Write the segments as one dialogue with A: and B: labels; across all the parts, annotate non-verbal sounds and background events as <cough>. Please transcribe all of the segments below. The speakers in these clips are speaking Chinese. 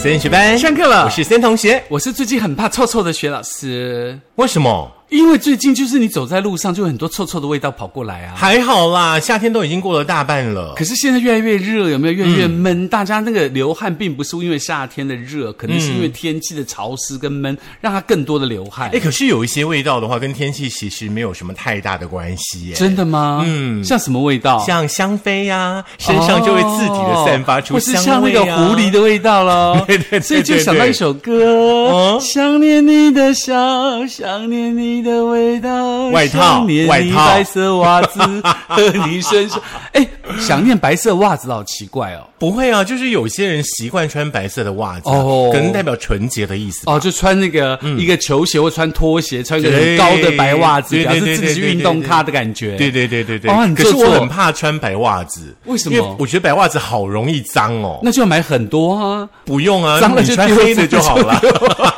A: 森学班
B: 上课了
A: 我是森同学。
B: 我是最近很怕臭臭的学老师，
A: 为什么？
B: 因为最近就是你走在路上就有很多臭臭的味道跑过来啊。
A: 还好啦，夏天都已经过了大半了
B: 可。是现在越来越热，有没有越来越闷？大家那个流汗并不是因为夏天的热，可能是因为天气的潮湿跟闷，让它更多的流汗。
A: 哎，可是有一些味道的话，跟天气其实没有什么太大的关系耶。
B: 真的吗？
A: 嗯
B: 像什么味道？
A: 像香妃呀、身上就会自己的散发出
B: 哦或是
A: 香
B: 像那
A: 味、
B: 个
A: 啊、
B: 狐狸的味道喽。
A: <laughs> 对对对对
B: 所以就想到一首歌，
A: 嗯
B: 想念你的笑，想念你的味道，
A: 外套
B: 想念
A: 外
B: 你
A: 套
B: 白色袜子和你身
A: <laughs>
B: 上。哎，想念白色袜子好奇怪哦。
A: 不会啊，就是有些人习惯穿白色的袜子啊，
B: 哦
A: 可能代表纯洁的意思。
B: 哦，就穿那个、
A: 嗯
B: 一个球鞋，或穿拖鞋，穿一个很
A: 对
B: 高的白袜子，
A: 对对
B: 表示
A: 对
B: 自己是
A: 对对
B: 运
A: 对
B: 动
A: 对
B: 咖的感觉。
A: 对对对对对，
B: 哦你
A: 可
B: 做
A: 是我
B: 错
A: 很怕穿白袜子，
B: 为什么
A: 因为我觉得白袜子好容易脏哦。
B: 那就要买很多啊。
A: 不用啊，
B: 脏了就
A: 你穿
B: 丢
A: 黑的就好了。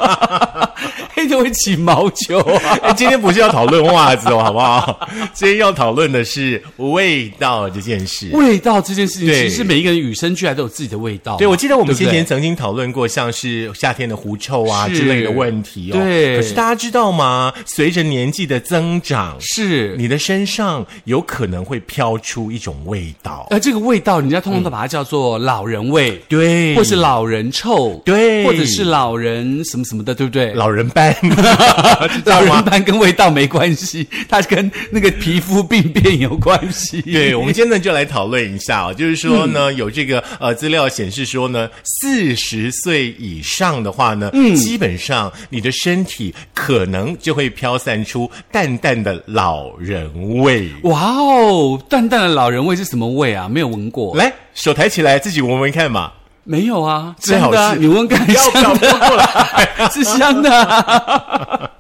B: <laughs> 黑的会起毛球啊！
A: <laughs> 哎，今天不是要讨论袜子哦，好不好？ <laughs> 今天要讨论的是味道这件事。
B: 味道这件事情，
A: 对
B: 其实每一个人与生俱来都有自己的味道嘛。
A: 对，我记得我们
B: 对不
A: 先
B: 对
A: 前曾经讨论过，像是夏天的狐臭啊
B: 是
A: 之类的问题哦。
B: 对
A: 可是大家知道吗？随着年纪的增长，
B: 是
A: 你的身上有可能会飘出一种味道。
B: 呃，这个味道，人家通常都把它叫做老人味，
A: 对，
B: 或是老人臭，
A: 嗯对
B: 或者是老人什么什么的，对不对？
A: 老人
B: <laughs>
A: 斑， <laughs> 知
B: 老
A: 道
B: 人
A: 吗？
B: 斑跟味道没关系， <laughs> 它跟那个皮肤病变有关系。
A: 对，我们今天呢就来讨论一下哦，就是说呢，有这个呃资料显示说呢，四十岁以上的话呢，基本上你的身体可能就会飘散出淡淡的老人味。
B: 哇哦，淡淡的老人味是什么味啊？没有闻过，
A: 来，手抬起来，自己闻闻看嘛。
B: 没有啊？
A: 最好
B: 真的啊
A: 是
B: 你闻看
A: 不要
B: 香
A: 表
B: 的
A: 过
B: 啊，
A: 来。
B: <laughs> 是香
A: <laughs>
B: 的啊。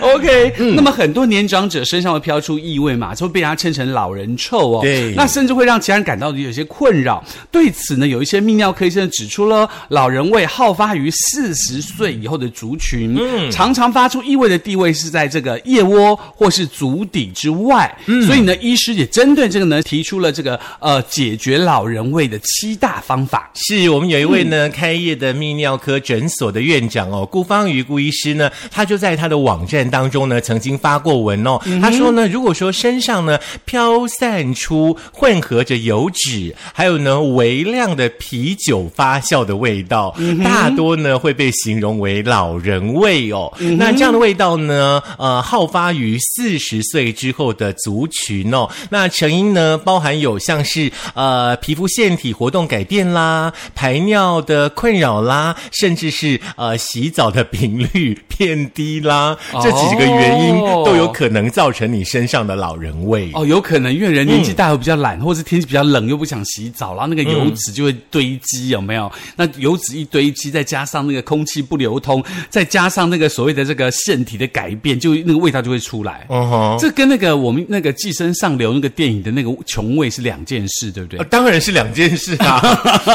B: OK，、那
A: 嗯
B: 么很多年长者身上会飘出异味嘛，就会被他称成老人臭哦。
A: 对
B: 那甚至会让其他人感到有些困扰。对此呢，有一些泌尿科医生指出了，老人味好发于四十岁以后的族群，
A: 嗯
B: 常常发出异味的地位是在这个腋窝或是足底之外。
A: 嗯
B: 所以呢，医师也针对这个呢，提出了这个呃解决老人味的七大方法。
A: 是我们有一位呢、开业的泌尿科诊所的院长哦，顾芳瑜顾医师呢，他就在他的网站当中呢曾经发过文哦，他说呢，如果说身上呢飘散出混合着油脂，还有呢微量的啤酒发酵的味道，大多呢会被形容为老人味哦。那这样的味道呢，呃，好发于四十岁之后的族群哦。那成因呢，包含有像是呃皮肤腺体活动改变啦、排尿的困扰啦，甚至是呃洗澡的频率变低啦，这几个原因
B: 哦
A: 都有可能造成你身上的老人味。
B: 哦，有可能因为人年纪大又比较懒，或是天气比较冷又不想洗澡，然后那个油脂就会堆积，有没有？那油脂一堆积，再加上那个空气不流通，再加上那个所谓的这个腺体的改变，就那个味道就会出来。
A: 嗯哼
B: 这跟那个我们那个《寄生上流》那个电影的那个穷味是两件事，对不对
A: 呃？当然是两件事啊，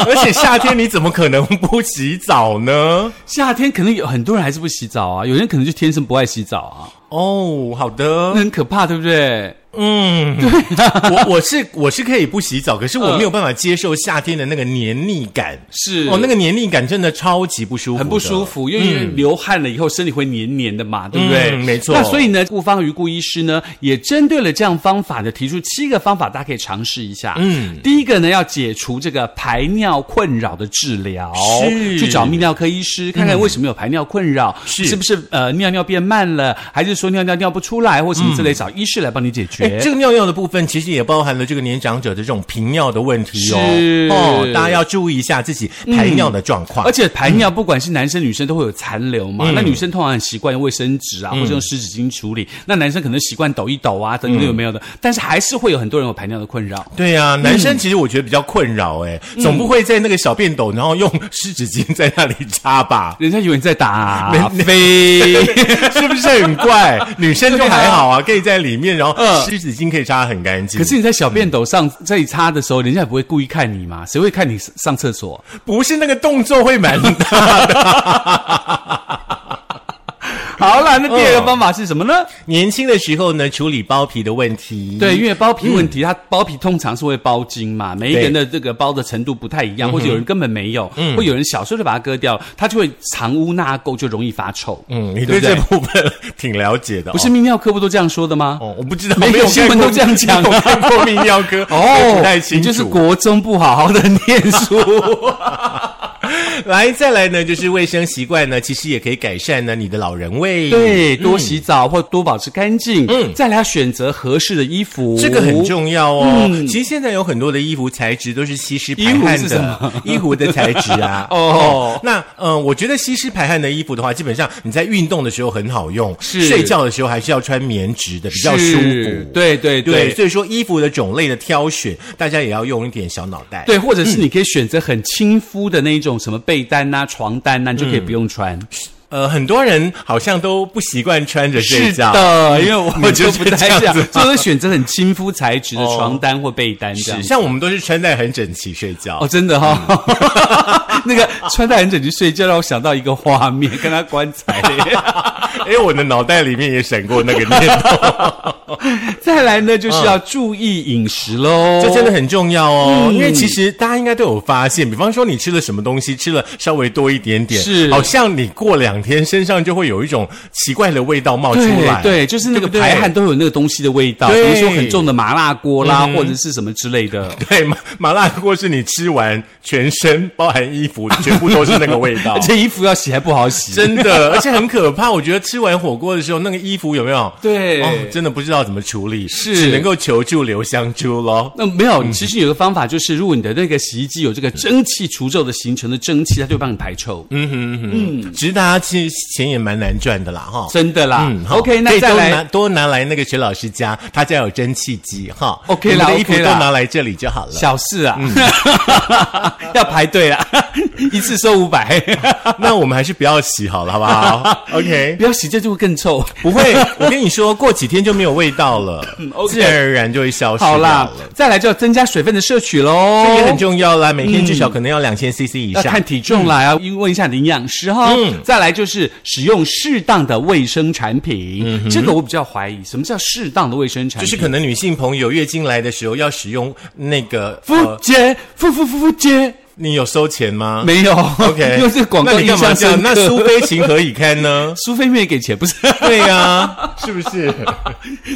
A: 而且夏天你怎么可能不洗澡呢？
B: 夏天可能有很多人还是不洗澡啊，有人可能就天生不爱洗澡啊，
A: 哦，好的
B: 那，很可怕，对不对？
A: 嗯，对、我我是我是可以不洗澡，可是我没有办法接受夏天的那个黏腻感，
B: 嗯是
A: 哦，那个黏腻感真的超级不舒服，
B: 很不舒
A: 服。
B: 服，因为流汗了以后身体会黏黏的嘛，对不对？
A: 嗯没错
B: 那所以呢，顾方瑜顾医师呢，也针对了这样方法呢，提出七个方法，大家可以尝试一下。嗯，第一个呢，要解除这个排尿困扰的治疗，
A: 是
B: 去找泌尿科医师看看为什么有排尿困扰，
A: 是
B: 是不是呃尿尿变慢了，还是说尿尿尿不出来或什么之类，找医师来帮你解
A: 嗯
B: 决。
A: 哎，这个尿尿的部分其实也包含了这个年长者的这种频尿的问题哦。
B: 是嗯
A: 哦，大家要注意一下自己排尿的状况。
B: 而且排尿不管是男生女生都会有残留嘛，那女生通常很习惯用卫生纸啊，或者用湿纸巾处理，那男生可能习惯抖一抖啊，等等有没有的，但是还是会有很多人有排尿的困扰。
A: 对啊，男
B: 嗯
A: 生其实我觉得比较困扰，哎，总不会在那个小便斗，然后用湿纸巾在那里擦吧？
B: 人家以为你
A: <laughs>
B: 在打啊
A: 人
B: 飞，
A: <laughs> 是不是很
B: <laughs>
A: 怪？女生就还好啊，可以在里面，然后湿纸巾可以擦得很干净。
B: 嗯可是你在小便斗上 <laughs> 在擦的时候，人家也不会故意看你嘛，谁会看你上厕所？ <laughs>
A: 不是那个动作会蛮大的。
B: 好啦，那第二个方法是什么呢？
A: 年轻的时候呢，处理包皮的问题，
B: 对，因为包皮问题，它包皮通常是会包筋嘛，每一个人的这个包的程度不太一样，或者有人根本没有，或有人小时候就把它割掉，它就会藏污纳垢，就容易发臭。
A: 嗯，你对
B: 对不
A: 这
B: 对
A: 部分挺了解的、哦，
B: 不是泌尿科不都这样说的吗？
A: 哦，我不 <laughs> 知道，
B: 每个
A: 没有
B: 新
A: 看
B: 闻
A: 过
B: 都这样讲啊
A: 没有看过泌尿科
B: <laughs> 哦
A: 不太清
B: 你
A: 楚。
B: 就是国中不好好的念书。
A: 来，再来呢，就是卫生习惯呢，其实也可以改善呢你的老人味。。
B: <laughs> 对，多洗澡或多保持干净。嗯，再来要选择合适的衣服，
A: 这个很。重要哦。其实现在有很多的衣服材质都是吸湿排
B: 嗯衣服
A: 汗
B: 是什
A: 的
B: 么，。
A: 衣服的材质啊
B: <laughs> 哦
A: <laughs> 那呃，我觉得吸湿排汗的衣服的话，基本上你在运动的时候很好用，
B: 是
A: 睡觉的时候还是要穿棉质的，比较舒
B: 是
A: 服。
B: 对对
A: 对，
B: 对
A: 所以说衣服的种类的挑选，大家也要用一点小脑袋。
B: 对，或者是你可以选择很亲肤的那一种什么被单呐、床单啊呐、你就可以不用穿。
A: 呃，很多人好像都不习惯穿着睡觉。
B: 的，因为 <laughs> 我
A: 你
B: 就
A: 就是
B: 不太哦
A: 这样子吗
B: 就是选择很亲肤材质的床单或被单这样
A: 是，。像我们都是穿戴很整齐睡觉。
B: 哦，真的哈、哦，
A: 嗯
B: <laughs> 那个穿戴很整齐睡觉，让我想到一个画面，跟他棺材。
A: <laughs> 哎、我的脑袋里面也闪过那个念头，
B: 再来呢，就是要注意饮食喽。
A: 嗯这真的很重要哦。
B: 嗯
A: 因为其实大家应该都有发现，比方说你吃了什么东西，吃了稍微多一点点，
B: 是
A: 好像你过两天身上就会有一种奇怪的味道冒出来。
B: 对对，就是那
A: 对
B: 个
A: 不对
B: 排汗都有那个东西的味道，比
A: 对嗯
B: 如说很重的麻辣锅啦，或者是什么之类的。
A: 对 <laughs> 麻麻辣锅是你吃完全身包含衣服全部都是那个味道
B: <laughs> 而。且衣服要洗还不好洗，
A: 真的，而且很可怕。我觉得吃完火锅的时候，那个衣服有没有？
B: 对
A: 哦，真的不知道怎么处理，
B: 是
A: 只能够求助留香珠喽。
B: 那没
A: 嗯
B: 有，其实有个方法就是，如果你的那个洗衣机有这个蒸汽除皱的形成的蒸汽，它就会帮你排臭，嗯，
A: 其实大家其实钱也蛮难赚的啦，哈。
B: 真的啦。
A: 嗯好
B: OK，
A: 可
B: 那
A: 以
B: 再
A: 多
B: 来
A: 拿。多拿来那个徐老师家，他家有蒸汽机哈。
B: OK
A: 你们
B: 啦
A: 的衣服
B: OK
A: 都
B: 啦
A: 拿来这里就好了。
B: 小事
A: 嗯
B: 啊， <laughs> 要排队啊， <laughs> 一次收
A: <laughs>
B: 五百，
A: 那我们还是不要洗好了，好不
B: <laughs>
A: 好？OK，
B: 不要洗这就会更臭。
A: <laughs> 不会，我跟你说，过几天就没有味道了
B: <laughs> OK
A: 自然而然就会消失
B: 好啦
A: 掉了，
B: 再来就要增加水分的摄取喽，
A: 这也很重要啦，每天至少可能要两千 CC 以
B: 要
A: 上。
B: 哦看体重啊啦，要问一下你的营养师哈。
A: 嗯
B: 再来就是使用适当的卫生产品，这个我比较怀疑，什么叫适当的卫生
A: 嗯
B: 产
A: 就
B: 品？
A: 是可能女性朋友月经来的时候要使用那个
B: 肤
A: 呃，
B: 洁，肤肤肤肤洁，
A: 你有收钱吗？
B: 没有
A: OK，
B: <laughs> 因为这个广告
A: 那你
B: 印
A: 干嘛
B: 象
A: 这样？
B: 深
A: 那
B: 刻？
A: 苏菲情何以堪呢
B: <laughs> 苏菲没给钱，不是？
A: 对呀、是不是？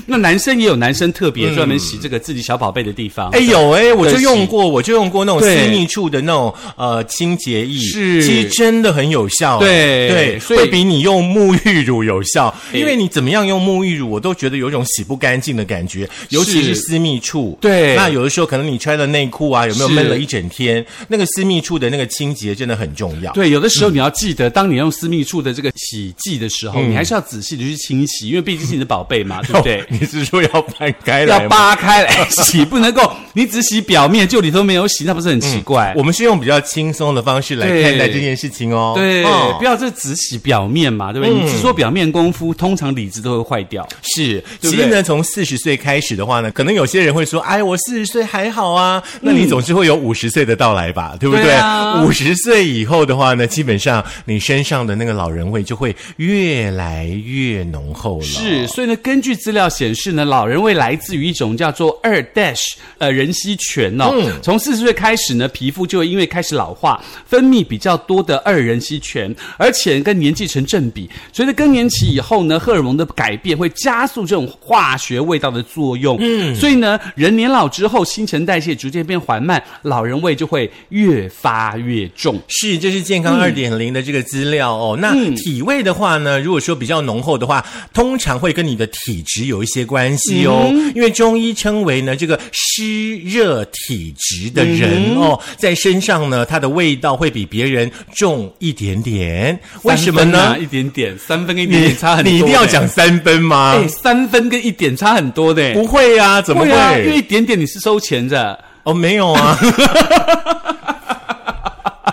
B: 那男生也有男生特别专门洗这个自己小宝贝的地方。
A: 嗯哎，有哎，我就
B: 对
A: 用过，我就用过那种
B: 对
A: 私密处的那种呃清洁液，
B: 是
A: 其实真的很有效哎，
B: 对
A: 对，
B: 所以
A: 会比你用沐浴乳有效，
B: 对
A: 因为你怎么样用沐浴乳，我都觉得有一种洗不干净的感觉，尤其
B: 是
A: 是私密处。
B: 对
A: 那有的时候可能你穿了内裤啊，有没有
B: 是
A: 闷了一整天？那个私密处的那个清洁真的很重要。
B: 对，有的时候你要记得，当你用私密处的这个洗剂的时
A: 嗯
B: 候，你还是要仔细的去清洗，因为毕竟是你的宝
A: <laughs>
B: 贝嘛，对不对
A: 哦？你是说要翻开来
B: 要
A: 吗？
B: 扒开来
A: <laughs>
B: 洗，不能够你只洗表面，就里头没有洗，那不是很奇怪？
A: 我们是用比较轻松的方式来
B: 对
A: 看待这件事情哦。
B: 对，
A: 哦嗯
B: 不要这只洗表面嘛，对不对？你只做表面功夫，通常理智都会坏掉。
A: 是，其
B: 对不对
A: 实呢，从四十岁开始的话呢，可能有些人会说：“哎，我四十岁还好啊。”那你总是会有五十岁的到来吧，对不
B: 嗯对啊
A: 五十、岁以后的话呢，基本上你身上的那个老人味就会越来越浓厚了。
B: 是，所以呢，根据资料显示呢，老人味来自于一种叫做二 dash 呃人烯醛哦。从四十岁开始呢，皮肤就会因为开始老化，分泌比较多的二人烯醛，而且跟年纪成正比。随着更年期以后呢，荷尔蒙的改变会加速这种化学味道的作用。嗯，所以呢，人年老之后，新陈代谢逐渐变缓慢，老人味就会越发越重。
A: 是，这是健康
B: 嗯
A: 二点零的这个资料哦。那体味的话呢，如果说比较浓厚的话，通常会跟你的体质有一些关系哦。
B: 嗯
A: 因为中医称为呢这个湿热体质的
B: 嗯
A: 人、哦，在身上呢，它的味道会比别人重一点点。为什么
B: 三分啊
A: 呢？
B: 一点点，三分跟一点
A: 你
B: 点差很多。
A: 你一定要。讲三分吗？
B: 哎，三分跟一点差很多的。
A: 不会呀、怎么
B: 会
A: 会？
B: 啊，因为一点点你是收钱的，
A: 哦，没有啊。 <laughs>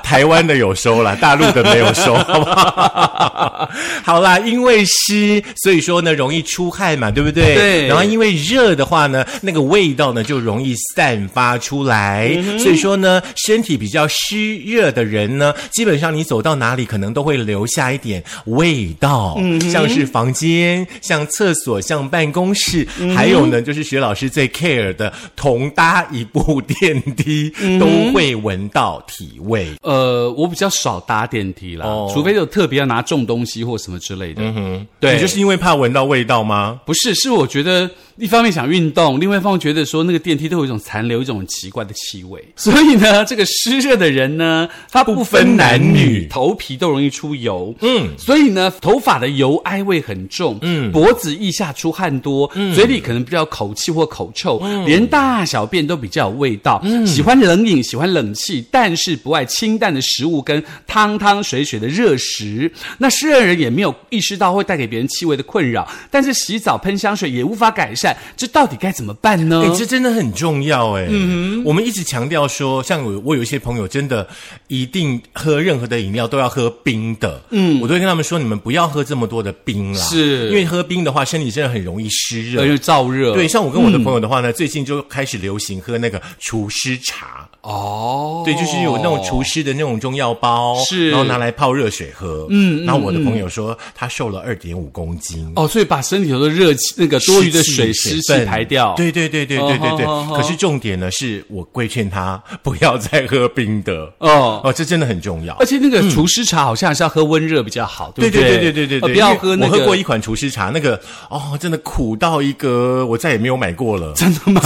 A: 台湾的有收啦，大陆的没有收，好不好？好啦，因为湿，所以说呢容易出汗嘛，对不对？
B: 对
A: 然后因为热的话呢，那个味道呢就容易散发出来，所以说呢，身体比较湿热的人呢，基本上你走到哪里可能都会留下一点味道，像是房间、像厕所、像办公室，还有呢就是学老师最 care 的同搭一部电梯、都会闻到体味。
B: 呃，我比较少搭电梯啦，
A: 哦
B: 除非有特别要拿重东西或什么之类的。嗯哼，
A: 你
B: 对，
A: 就是因为怕闻到味道吗？
B: 不是，是我觉得一方面想运动，另外一方面觉得说那个电梯都有一种残留一种奇怪的气味，
A: <laughs>
B: 所以呢，这个湿热的人呢，他不分男
A: 不分男
B: 女
A: 女，
B: 头皮都容易出油，
A: 嗯，
B: 所以呢，头发的油哀味很重，嗯，脖子腋下出汗多，
A: 嗯
B: 嘴里可能比较口气或口臭，连大小便都比较有味道，
A: 嗯
B: 喜欢冷饮，喜欢冷气，但是不爱清淡的食物跟汤汤水水的热食。那湿热人也没有意识到会带给别人气味的困扰，但是洗澡喷香水也无法改善，这到底该怎么办呢
A: 哎、？这真的很重要哎。嗯我们一直强调说，像我我有一些朋友，真的一定喝任何的饮料都要喝冰的。嗯，我都会跟他们说，你们不要喝这么多的冰啦，
B: 是
A: 因为喝冰的话，身体真的很容易湿
B: 因
A: 热
B: 为。哎燥热，
A: 对，像我跟我的朋友的话呢，最近就开始流行喝那个除湿茶，
B: 哦，
A: 对，就是有那种除湿的那种中药包，
B: 是
A: 然后拿来泡热水喝。嗯，然后我的朋友说他瘦了二点五公斤，
B: 哦，所以把身体头的热气、那个多余的水、湿
A: 湿
B: 气排掉，
A: 对对对对对对对。
B: 哦好好好
A: 可是重点呢，是我规劝他不要再喝冰的
B: 哦。
A: 哦，这真的很重要
B: 而。且那个除湿茶好像还是要喝温热比较好，对
A: 对
B: 不
A: 对
B: 对
A: 对对对对
B: 呃
A: 对，
B: 不要喝那
A: 因
B: 个。
A: 为我喝过一款厨师茶，那个哦，真的苦到一个，我再也没有买过
B: <laughs>
A: 了，
B: 真的吗？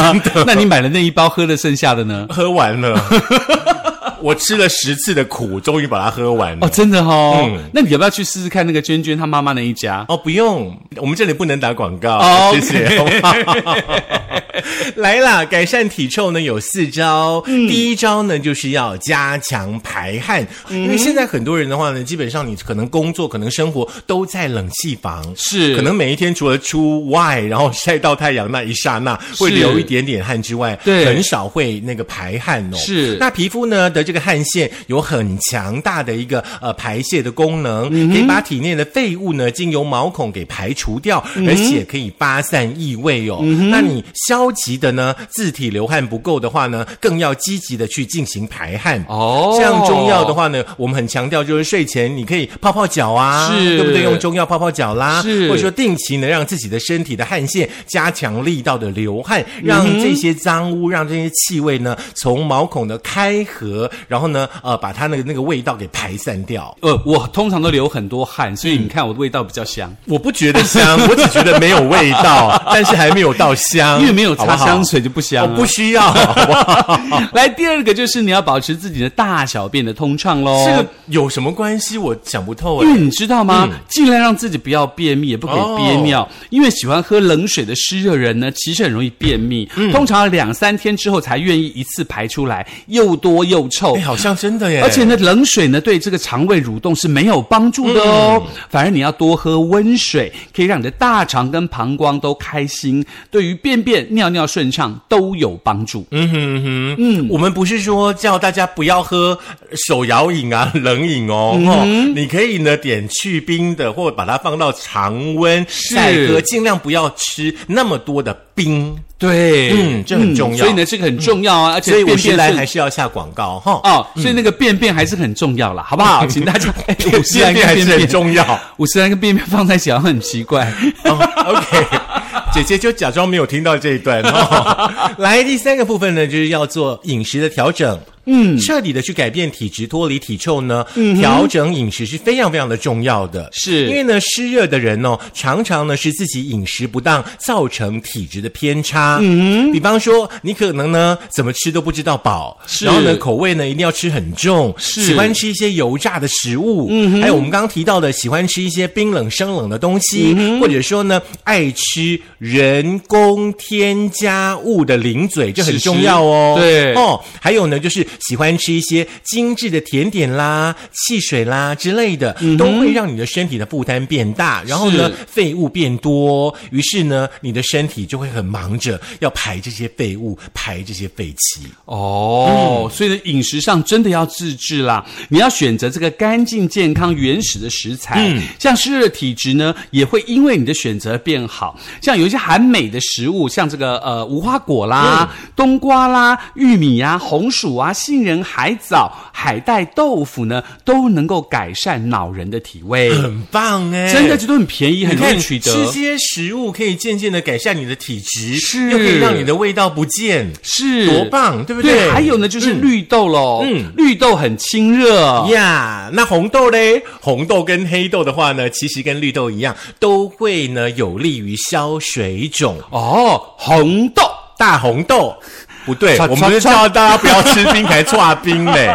B: 那你买了那一包，喝了剩下的呢？
A: 喝完了， <laughs> 我吃了十次的苦，终于把它喝完了。
B: 哦，真的哦。
A: 嗯
B: 那你要不要去试试看那个娟娟她妈妈那一家？
A: 哦，不用，我们这里不能打广告， <laughs>
B: 哦
A: 谢谢。好不好来啦，改善体臭呢有四招，第一招呢就是要加强排汗，因为现在很多人的话呢，基本上你可能工作、可能生活都在冷气房，
B: 是
A: 可能每一天除了出外，然后晒到太阳那一刹那会
B: 是
A: 流一点点汗之外，
B: 对
A: 很少会那个排汗哦。
B: 是
A: 那皮肤呢的这个汗腺有很强大的一个呃排泄的功能，
B: 嗯
A: 可以把体内的废物呢经由毛孔给排除掉，
B: 嗯
A: 而且可以发散异味哦。那你消极的呢，自体流汗不够的话呢，更要积极的去进行排汗。
B: 哦
A: 这样中药的话呢，我们很强调就是睡前你可以泡泡脚啊，
B: 是
A: 对不对？用中药泡泡脚啦，
B: 是
A: 或者说定期呢让自己的身体的汗腺加强力道的流
B: 嗯
A: 汗，让这些脏污、让这些气味呢从毛孔的开合，然后呢呃把它那个那个味道给排散掉。
B: 呃，我通常都流很多汗，所以
A: 嗯
B: 你看我的味道比较香，
A: 我不觉得香， <laughs> 我只觉得没有味
B: <laughs>
A: 道，但是还没有到香，
B: 因为没有
A: 嗯好
B: 擦
A: 不好
B: 香水就不香
A: 我
B: 啊、
A: 不需要，好不好
B: <laughs> 来，第二个就是你要保持自己的大小便的通畅喽。
A: 这个有什么关系？我想不哦透哎、
B: 因为嗯你知道吗？尽量让自己不要便秘，也不可以憋尿，因为喜欢喝冷水的湿热人呢，其实很容易便秘，
A: 嗯
B: 通常两三天之后才愿意一次排出来，又多又臭
A: 哎，。好像真的耶，
B: 而且呢，冷水呢对这个肠胃蠕动是没有帮助的哦。
A: 嗯
B: 反而你要多喝温水，可以让你的大肠跟膀胱都开心，对于便便、尿尿顺畅都有帮助。
A: 嗯，我们不是说叫大家不要喝手摇饮啊、冷饮哦，哦你可以呢点去冰的，或者把它放到常温再喝，尽量不要吃那么多的冰。
B: 对，
A: 嗯这很重要嗯
B: 所以呢，这个很重要啊，而且
A: 所以我
B: 便
A: 是
B: 便
A: 来
B: 顺
A: 还是要下广告哈， <laughs>
B: 哦，所以那个便便还是很重要啦，好不好？请大家，哎五十
A: 嗯便
B: 岚
A: 便还
B: 跟
A: 是很
B: 便便，
A: 重要。
B: 五十岚跟便便放在一起好像很奇怪。
A: 哦 <laughs> OK，姐姐就假装没有听到这一段。哦、来，第三个部分呢，就是要做饮食的调整。嗯，彻底的去改变体质，脱离体臭呢，调整饮食是非常非常的重要的。
B: 是
A: 因为呢，湿热的人哦，常常呢是自己饮食不当造成体质的偏差。嗯，比方说你可能呢怎么吃都不知道饱，
B: 是
A: 然后呢口味呢一定要吃很重，
B: 是
A: 喜欢吃一些油炸的食物，嗯，还有我们刚刚提到的喜欢吃一些冰冷生冷的东
B: 嗯
A: 西，或者说呢爱吃人工添加物的零嘴，这很
B: 是
A: 重要哦。
B: 是对
A: 哦，还有呢就是喜欢吃一些精致的甜点啦、汽水啦之类的，都会让你的身体的负担变大，然后呢
B: 嗯是，
A: 废物变多，于是呢，你的身体就会很忙着要排这些废物、排这些废气。
B: 哦，所以呢，饮食上真的要自制啦。你要选择这个干净、健康、原始的食材。嗯，像湿热体质呢，也会因为你的选择变好。像有一些含镁的食物，像这个呃无花果啦、
A: 嗯
B: 冬瓜啦、玉米呀、红薯啊、杏仁、海藻、海带、豆腐呢，都能够改善恼人的体
A: <laughs>
B: 味。
A: 很棒哎、
B: 真的，这都很便宜，很
A: 你
B: 容
A: 看，
B: 易取得。
A: 吃些食物可以渐渐的改善你的体质，
B: 是
A: 又可以让你的味道不见，
B: 是
A: 多棒对不对
B: 还有呢，就是
A: 嗯
B: 绿豆喽，
A: 嗯
B: 绿豆很清热，
A: 呀那红豆嘞？红豆跟黑豆的话呢，其实跟绿豆一样，都会呢有利于消水肿。
B: 哦，红豆。
A: 大红豆不对，
B: 唰
A: 我们不是
B: 唰唰
A: 叫大家不要吃冰，还搓冰
B: <laughs>
A: 嘞。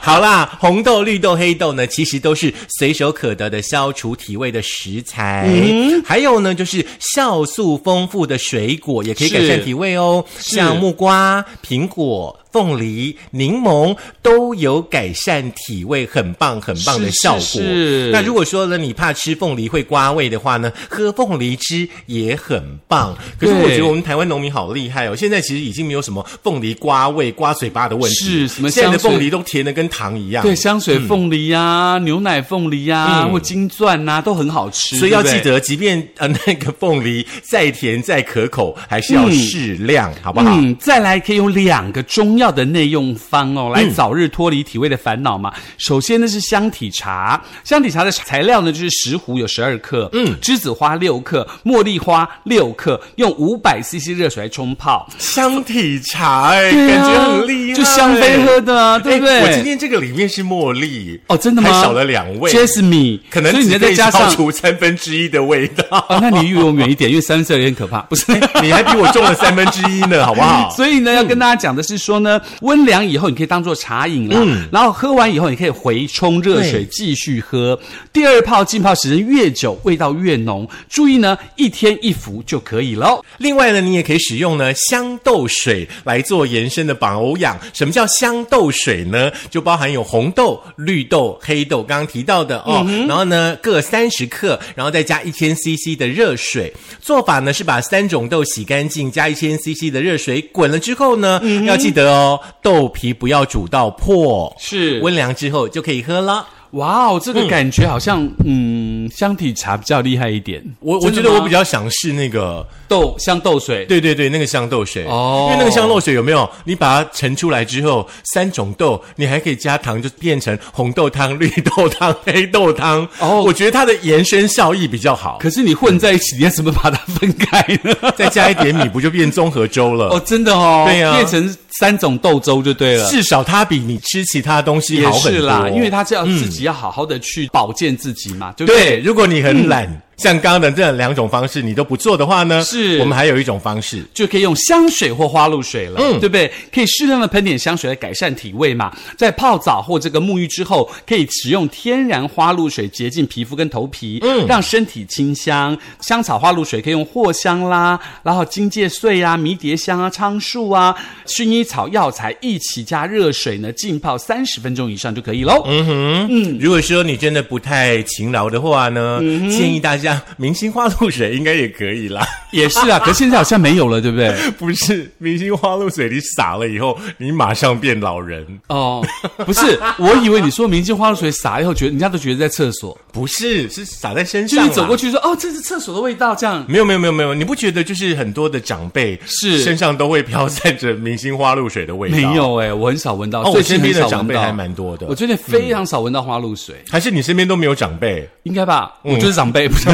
A: 好啦，红豆、绿豆、黑豆呢，其实都是随手可得的消除体味的食材。
B: 嗯
A: 还有呢，就是酵素丰富的水果也可以改善体味哦，
B: 是
A: 像木瓜、苹果。凤梨、柠檬都有改善体味，很棒很棒的
B: 是是
A: 效果。
B: 是
A: 那如果说呢，你怕吃凤梨会刮味的话呢，喝凤梨汁也很棒。可是我
B: 对
A: 觉得我们台湾农民好厉害哦，现在其实已经没有什么凤梨刮味、刮嘴巴的问题，
B: 是什么
A: 现在的
B: 香水
A: 凤梨都甜的跟糖一样。
B: 对，香水凤梨呀、牛奶凤梨呀、
A: 嗯
B: 或金钻呐、都很好吃。
A: 所以要记
B: 对不对。
A: 得，即便呃那个凤梨再甜再可口，还是要适量，好不好？
B: 嗯，再来可以有两个中药的内用方
A: 嗯
B: 哦，来早日脱离体味的烦恼嘛。首先呢是香体茶，香体茶的材料呢就是石斛有十二克，嗯，栀子花六克，茉莉花六克，用五百 CC 热水来冲泡，
A: 香体茶、哎、
B: 对
A: 感
B: 啊
A: 觉很厉害，
B: 就香妃喝的啊，对不对？
A: 哎我今天这个里面是茉莉
B: 哦，真的吗？
A: 还少了两味
B: j a s m i n
A: 可能
B: 所以你
A: 只
B: 要
A: 可
B: 再
A: 以
B: 加上
A: 消除三分之一的味道。
B: 哦，那你离我远一点，因为三色有点可怕，不是。
A: <laughs> 你还比我中了三分之一呢，好不 <laughs> 好？
B: 所以呢，要跟大家讲的是说呢，温凉以后你可以当做茶饮啦，
A: 嗯
B: 然后喝完以后你可以回冲热水
A: 对
B: 继续喝。第二泡浸泡时间越久，味道越浓。注意呢，一天一服就可以喽。
A: 另外呢，你也可以使用呢香豆水来做延伸的保养。什么叫香豆水呢？就包含有红豆、绿豆、黑豆，刚刚提到的哦。然后呢，各三十克，然后再加一千 CC 的热水。做法呢是把三种豆洗干净，加一千 CC 的热水滚了之后呢，要记得哦，豆皮不要煮到破，
B: 是
A: 温凉之后就可以喝了。
B: 哇哦，这个感觉好像嗯香体茶比较厉害一点。
A: 我我觉得我比较想试那个。
B: 豆香豆水，
A: 对对对，那个香豆水
B: 哦
A: 因为那个香豆水有没有？你把它盛出来之后，三种豆，你还可以加糖，就变成红豆汤、绿豆汤、黑豆汤。
B: 哦
A: 我觉得它的延伸效益比较 <laughs> 好，
B: 可是你混在一起，你要怎么把它分开呢？
A: 再加一点米，不就变综合粥了？
B: <laughs> 哦，真的哦，
A: 对啊
B: 变成三种豆粥就对了。
A: 至少它比你吃其他东西
B: 也
A: 好很
B: 是
A: 多。哦
B: 啦，因为他是要自己要好好的去保健自己嘛，嗯对不
A: 对，？如果你很懒。像刚刚的这两种方式，你都不做的话呢？
B: 是
A: 我们还有一种方式，
B: 就可以用香水或花露水了，
A: 嗯
B: 对不对？可以适量的喷点香水来改善体味嘛。在泡澡或这个沐浴之后，可以使用天然花露水洁净皮肤跟头皮，嗯，让身体清香。香草花露水可以用藿香啦，然后荆芥穗啊、迷迭香啊、樟树啊、薰衣草药材一起加热水呢，浸泡三十分钟以上就可以喽。嗯，
A: 如果说你真的不太勤劳的话呢，建议大家明星花露水应该也可以啦。
B: 也是 <laughs> 啊，可是现在好像没有了，对不对？
A: 不是明星花露水，你洒了以后，你马上变老人。
B: 哦，不 <laughs> 是，我以为你说明星花露水洒以后，觉得人家都觉得在厕所，
A: 不是，是洒在身
B: 就
A: 上。
B: 你走过。去说，哦，这是厕所的味道，这样。
A: 没有没有没有没有，你不觉得就是很多的长辈
B: 是
A: 身上都会飘散着明星花露水的味道？
B: 没，有哎、我很少闻到，
A: 哦，我
B: 最近
A: 身边
B: 很
A: 的
B: 少
A: 长
B: 闻
A: 辈
B: 到，
A: 还蛮多的嗯
B: 我。最近非常少闻到花露水，
A: 还是你身边都没有长辈？
B: 应该吧？
A: 嗯
B: 我就是长辈，
A: <laughs>
B: 不是。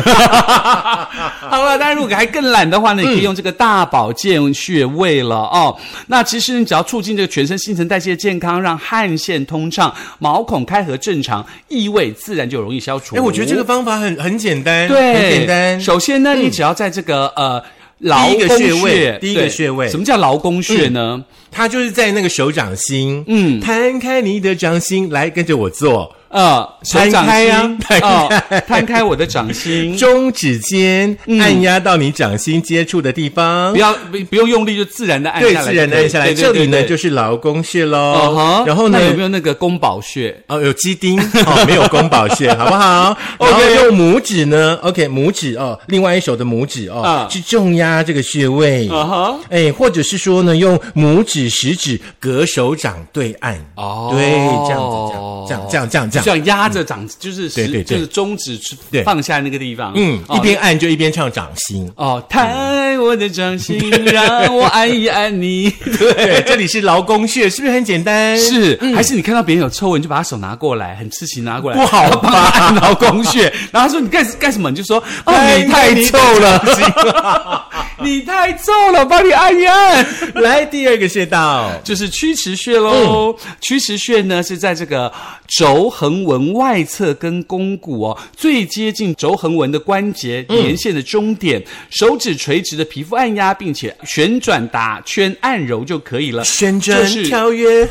B: 好了，当然如果还更懒的话呢，你可以用这个大保健穴位了哦。那其实你只要促进这个全身新陈代谢健康，让汗腺通畅，毛孔开合正常，异味自然就容易消除。
A: 哎，我觉得这个方法很很简单，
B: 对，
A: 很简单。嗯
B: 首先呢，你只要在这个呃。劳
A: 第一个
B: 宫
A: 穴位
B: 穴
A: 第一个
B: 对
A: 穴位嗯
B: 什么叫劳宫穴呢？
A: 它就是在那个手掌心，嗯，摊开你的掌心，来跟着我做。
B: 呃，手
A: 摊
B: 掌
A: 开
B: 心 <laughs>
A: 啊摊
B: 哦摊开我的掌心，
A: 中指尖
B: 嗯
A: 按压到你掌心接触的地方
B: <laughs> 不。要不不用用力，就自然的按
A: 对，
B: 下来就可以，
A: 自然的按下来，
B: 对对
A: 这里
B: 对
A: 呢
B: 对
A: 就是劳宫穴
B: 哦
A: 喽
B: 哈。，
A: 然后呢
B: 那，有没有那个宫保穴？
A: 哦，有鸡丁，哦， <laughs> 没有宫保蟹，好不好？然
B: OK
A: 后用拇指呢，OK，拇指哦，另外一手的拇指哦，
B: 啊
A: 去重压这个穴位，
B: 啊哈
A: 哎，或者是说呢，用拇指、食指隔手掌对岸，
B: 哦
A: 对，这样子，这样，这样，这样，这样，这
B: 这
A: 样，
B: 样压着掌，就是
A: 对对对
B: 食就是中指
A: 对
B: 放下那个地方，
A: 嗯，
B: 哦
A: 一边按就一边唱掌心。
B: 哦，拍我的掌心，
A: <laughs>
B: 让我按一按你。
A: 对，这里是劳宫穴，是不是很简单？
B: 是，还是你看到别人有臭味，你就把他手拿过来，很刺情拿过来，
A: 嗯不好
B: 然后帮他按劳
A: <laughs>
B: 宫穴，然后他说你干干什么？你就说哦，
A: 哎
B: 你太
A: 你
B: 臭了， <laughs> 你太臭了，帮你按一按。
A: 来第二个穴道，
B: 就是曲池穴喽。
A: 嗯
B: 曲池穴呢是在这个轴横纹外侧跟肱骨哦最接近轴横纹的关节
A: 嗯
B: 连线的终点，手指垂直的皮肤按压，并且旋转打圈按揉就可以了。
A: 旋转
B: 就是
A: 跳跃，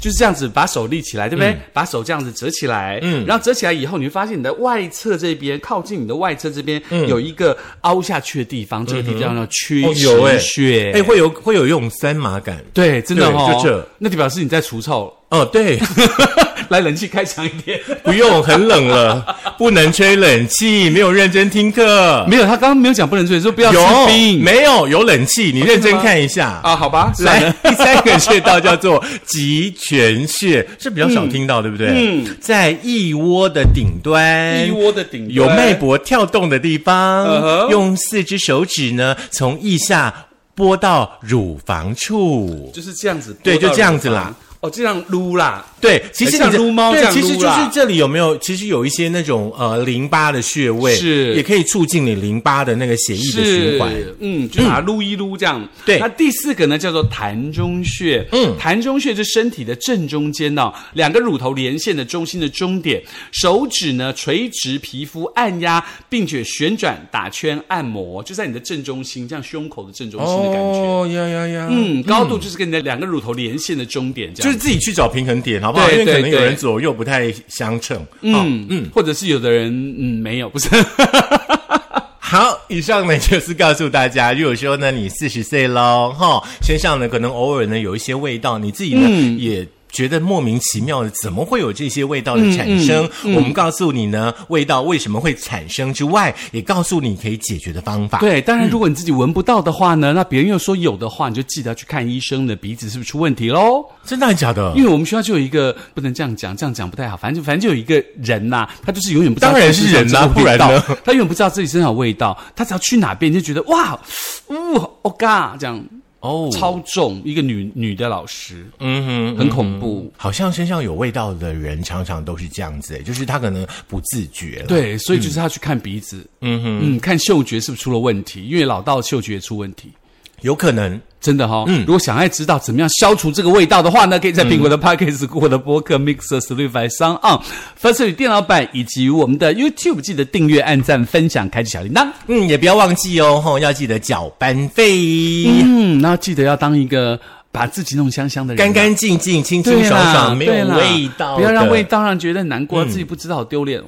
B: 就是这样子，把手立起来，对不
A: 嗯
B: 对？把手这样子折起来，嗯，然后折起来以后，你会发现你的外侧这边，靠近你的外侧这边、有一个凹下去的地方，这个地方叫曲
A: 嗯哦有哎
B: 池穴，
A: 哎，会有会有一种酸麻感。
B: 对，真的
A: 对
B: 哦，
A: 就这，
B: 那就表示你在除臭。 <laughs>
A: 哦，对。
B: 来，冷气开强一点。
A: 不用，很冷了，不能吹冷气，没有认真听课。
B: 没有，他刚刚没有讲不能吹，说不要吃
A: 啊有
B: 冰。
A: 没有？有冷气，你认真看一下。
B: 啊，好吧，算
A: 来
B: 了，
A: 第三个穴道叫做极泉穴，是比较少听到，对不对？嗯，在腋窝的顶端，
B: 一窝的顶端
A: 有脉，搏跳动的地
B: 嗯
A: 方，
B: 哼
A: 用四只手指呢，从腋下拨到乳房处。
B: 就是这样子。
A: 对
B: 拨到
A: 就这样子啦
B: 乳房。哦，这样撸啦。
A: 对，其实你
B: 哎很像撸猫
A: 对
B: 这，样
A: 其实
B: 撸
A: 就是
B: 啦
A: 这里有没有？其实有一些那种呃淋巴的穴位，
B: 是
A: 也可以促进你淋巴的那个血液的循环。
B: 是，嗯，就把它撸一撸这样。
A: 对
B: 那第四个呢叫做膻中穴，
A: 嗯
B: 膻中穴是身体的正中间哦，两个乳头连线的中心的终点，手指呢垂直皮肤按压，并且旋转打圈按摩，就在你的正中心，这样胸口的正中心的感觉。
A: 哦呀呀呀，嗯。
B: 嗯，高度就是跟你的两个乳头连线的终点，这样子
A: 就是自己去找平衡点，好不好？
B: 对
A: 因为可
B: 对
A: 能有
B: 对
A: 人左右不太相称。哦，
B: 嗯嗯，或者是有的人嗯没有，
A: <laughs>
B: 不是
A: 好，以上呢就是告诉大家，如果说呢你四十岁喽，哈，身上呢可能偶尔呢有一些味道，你自己呢、
B: 嗯
A: 也。觉得莫名其妙的，怎么会有这些味道的产生？
B: 嗯
A: 我们告诉你呢，味道为什么会产生之外，也告诉你可以解决的方法。
B: 对。当然，如果你自己闻不到的话呢，那别人又说有的话，你就记得要去看医生，你的鼻子是不是出问题喽？
A: 真的还假的
B: 因？为我们学校就有一个不能这样讲，这样讲不太好。反正就反正就有一个人呐、他就是永远不知道
A: 当然
B: 自己
A: 是人呐
B: 身上有味道
A: 不然呢
B: 他永远不知道自己身上有味道。他只要去哪边就觉得哇，呜，哦嘎，这样
A: 哦
B: 超重。一个女女的老师，
A: 嗯哼，
B: 很恐怖。
A: 好像身上有味道的人，常常都是这样子，就是他可能不自觉了。
B: 对，所以就是他去看鼻子，嗯哼，嗯，看嗅觉是不是出了问题，因为老到嗅觉出问题。
A: 有可能。
B: 真的哈、
A: 嗯
B: 如果想要知道怎么样消除这个味道的话呢，可以在苹果的 Podcast、Google 的播客、Mixer、Spotify、s o n On、First 电脑版以及我们的 YouTube，记得订阅、按赞、分享、开启小铃铛。
A: 嗯，也不要忘记哦，吼，要记得缴班费。
B: 嗯，然后记得要当一个把自己弄香香的人啊，
A: 干干净净、清
B: 对
A: 清
B: 啦
A: 爽爽，没有
B: 对啦
A: 味道的，嗯
B: 不要让味道让人觉得难过，自己不知道好丢脸哦。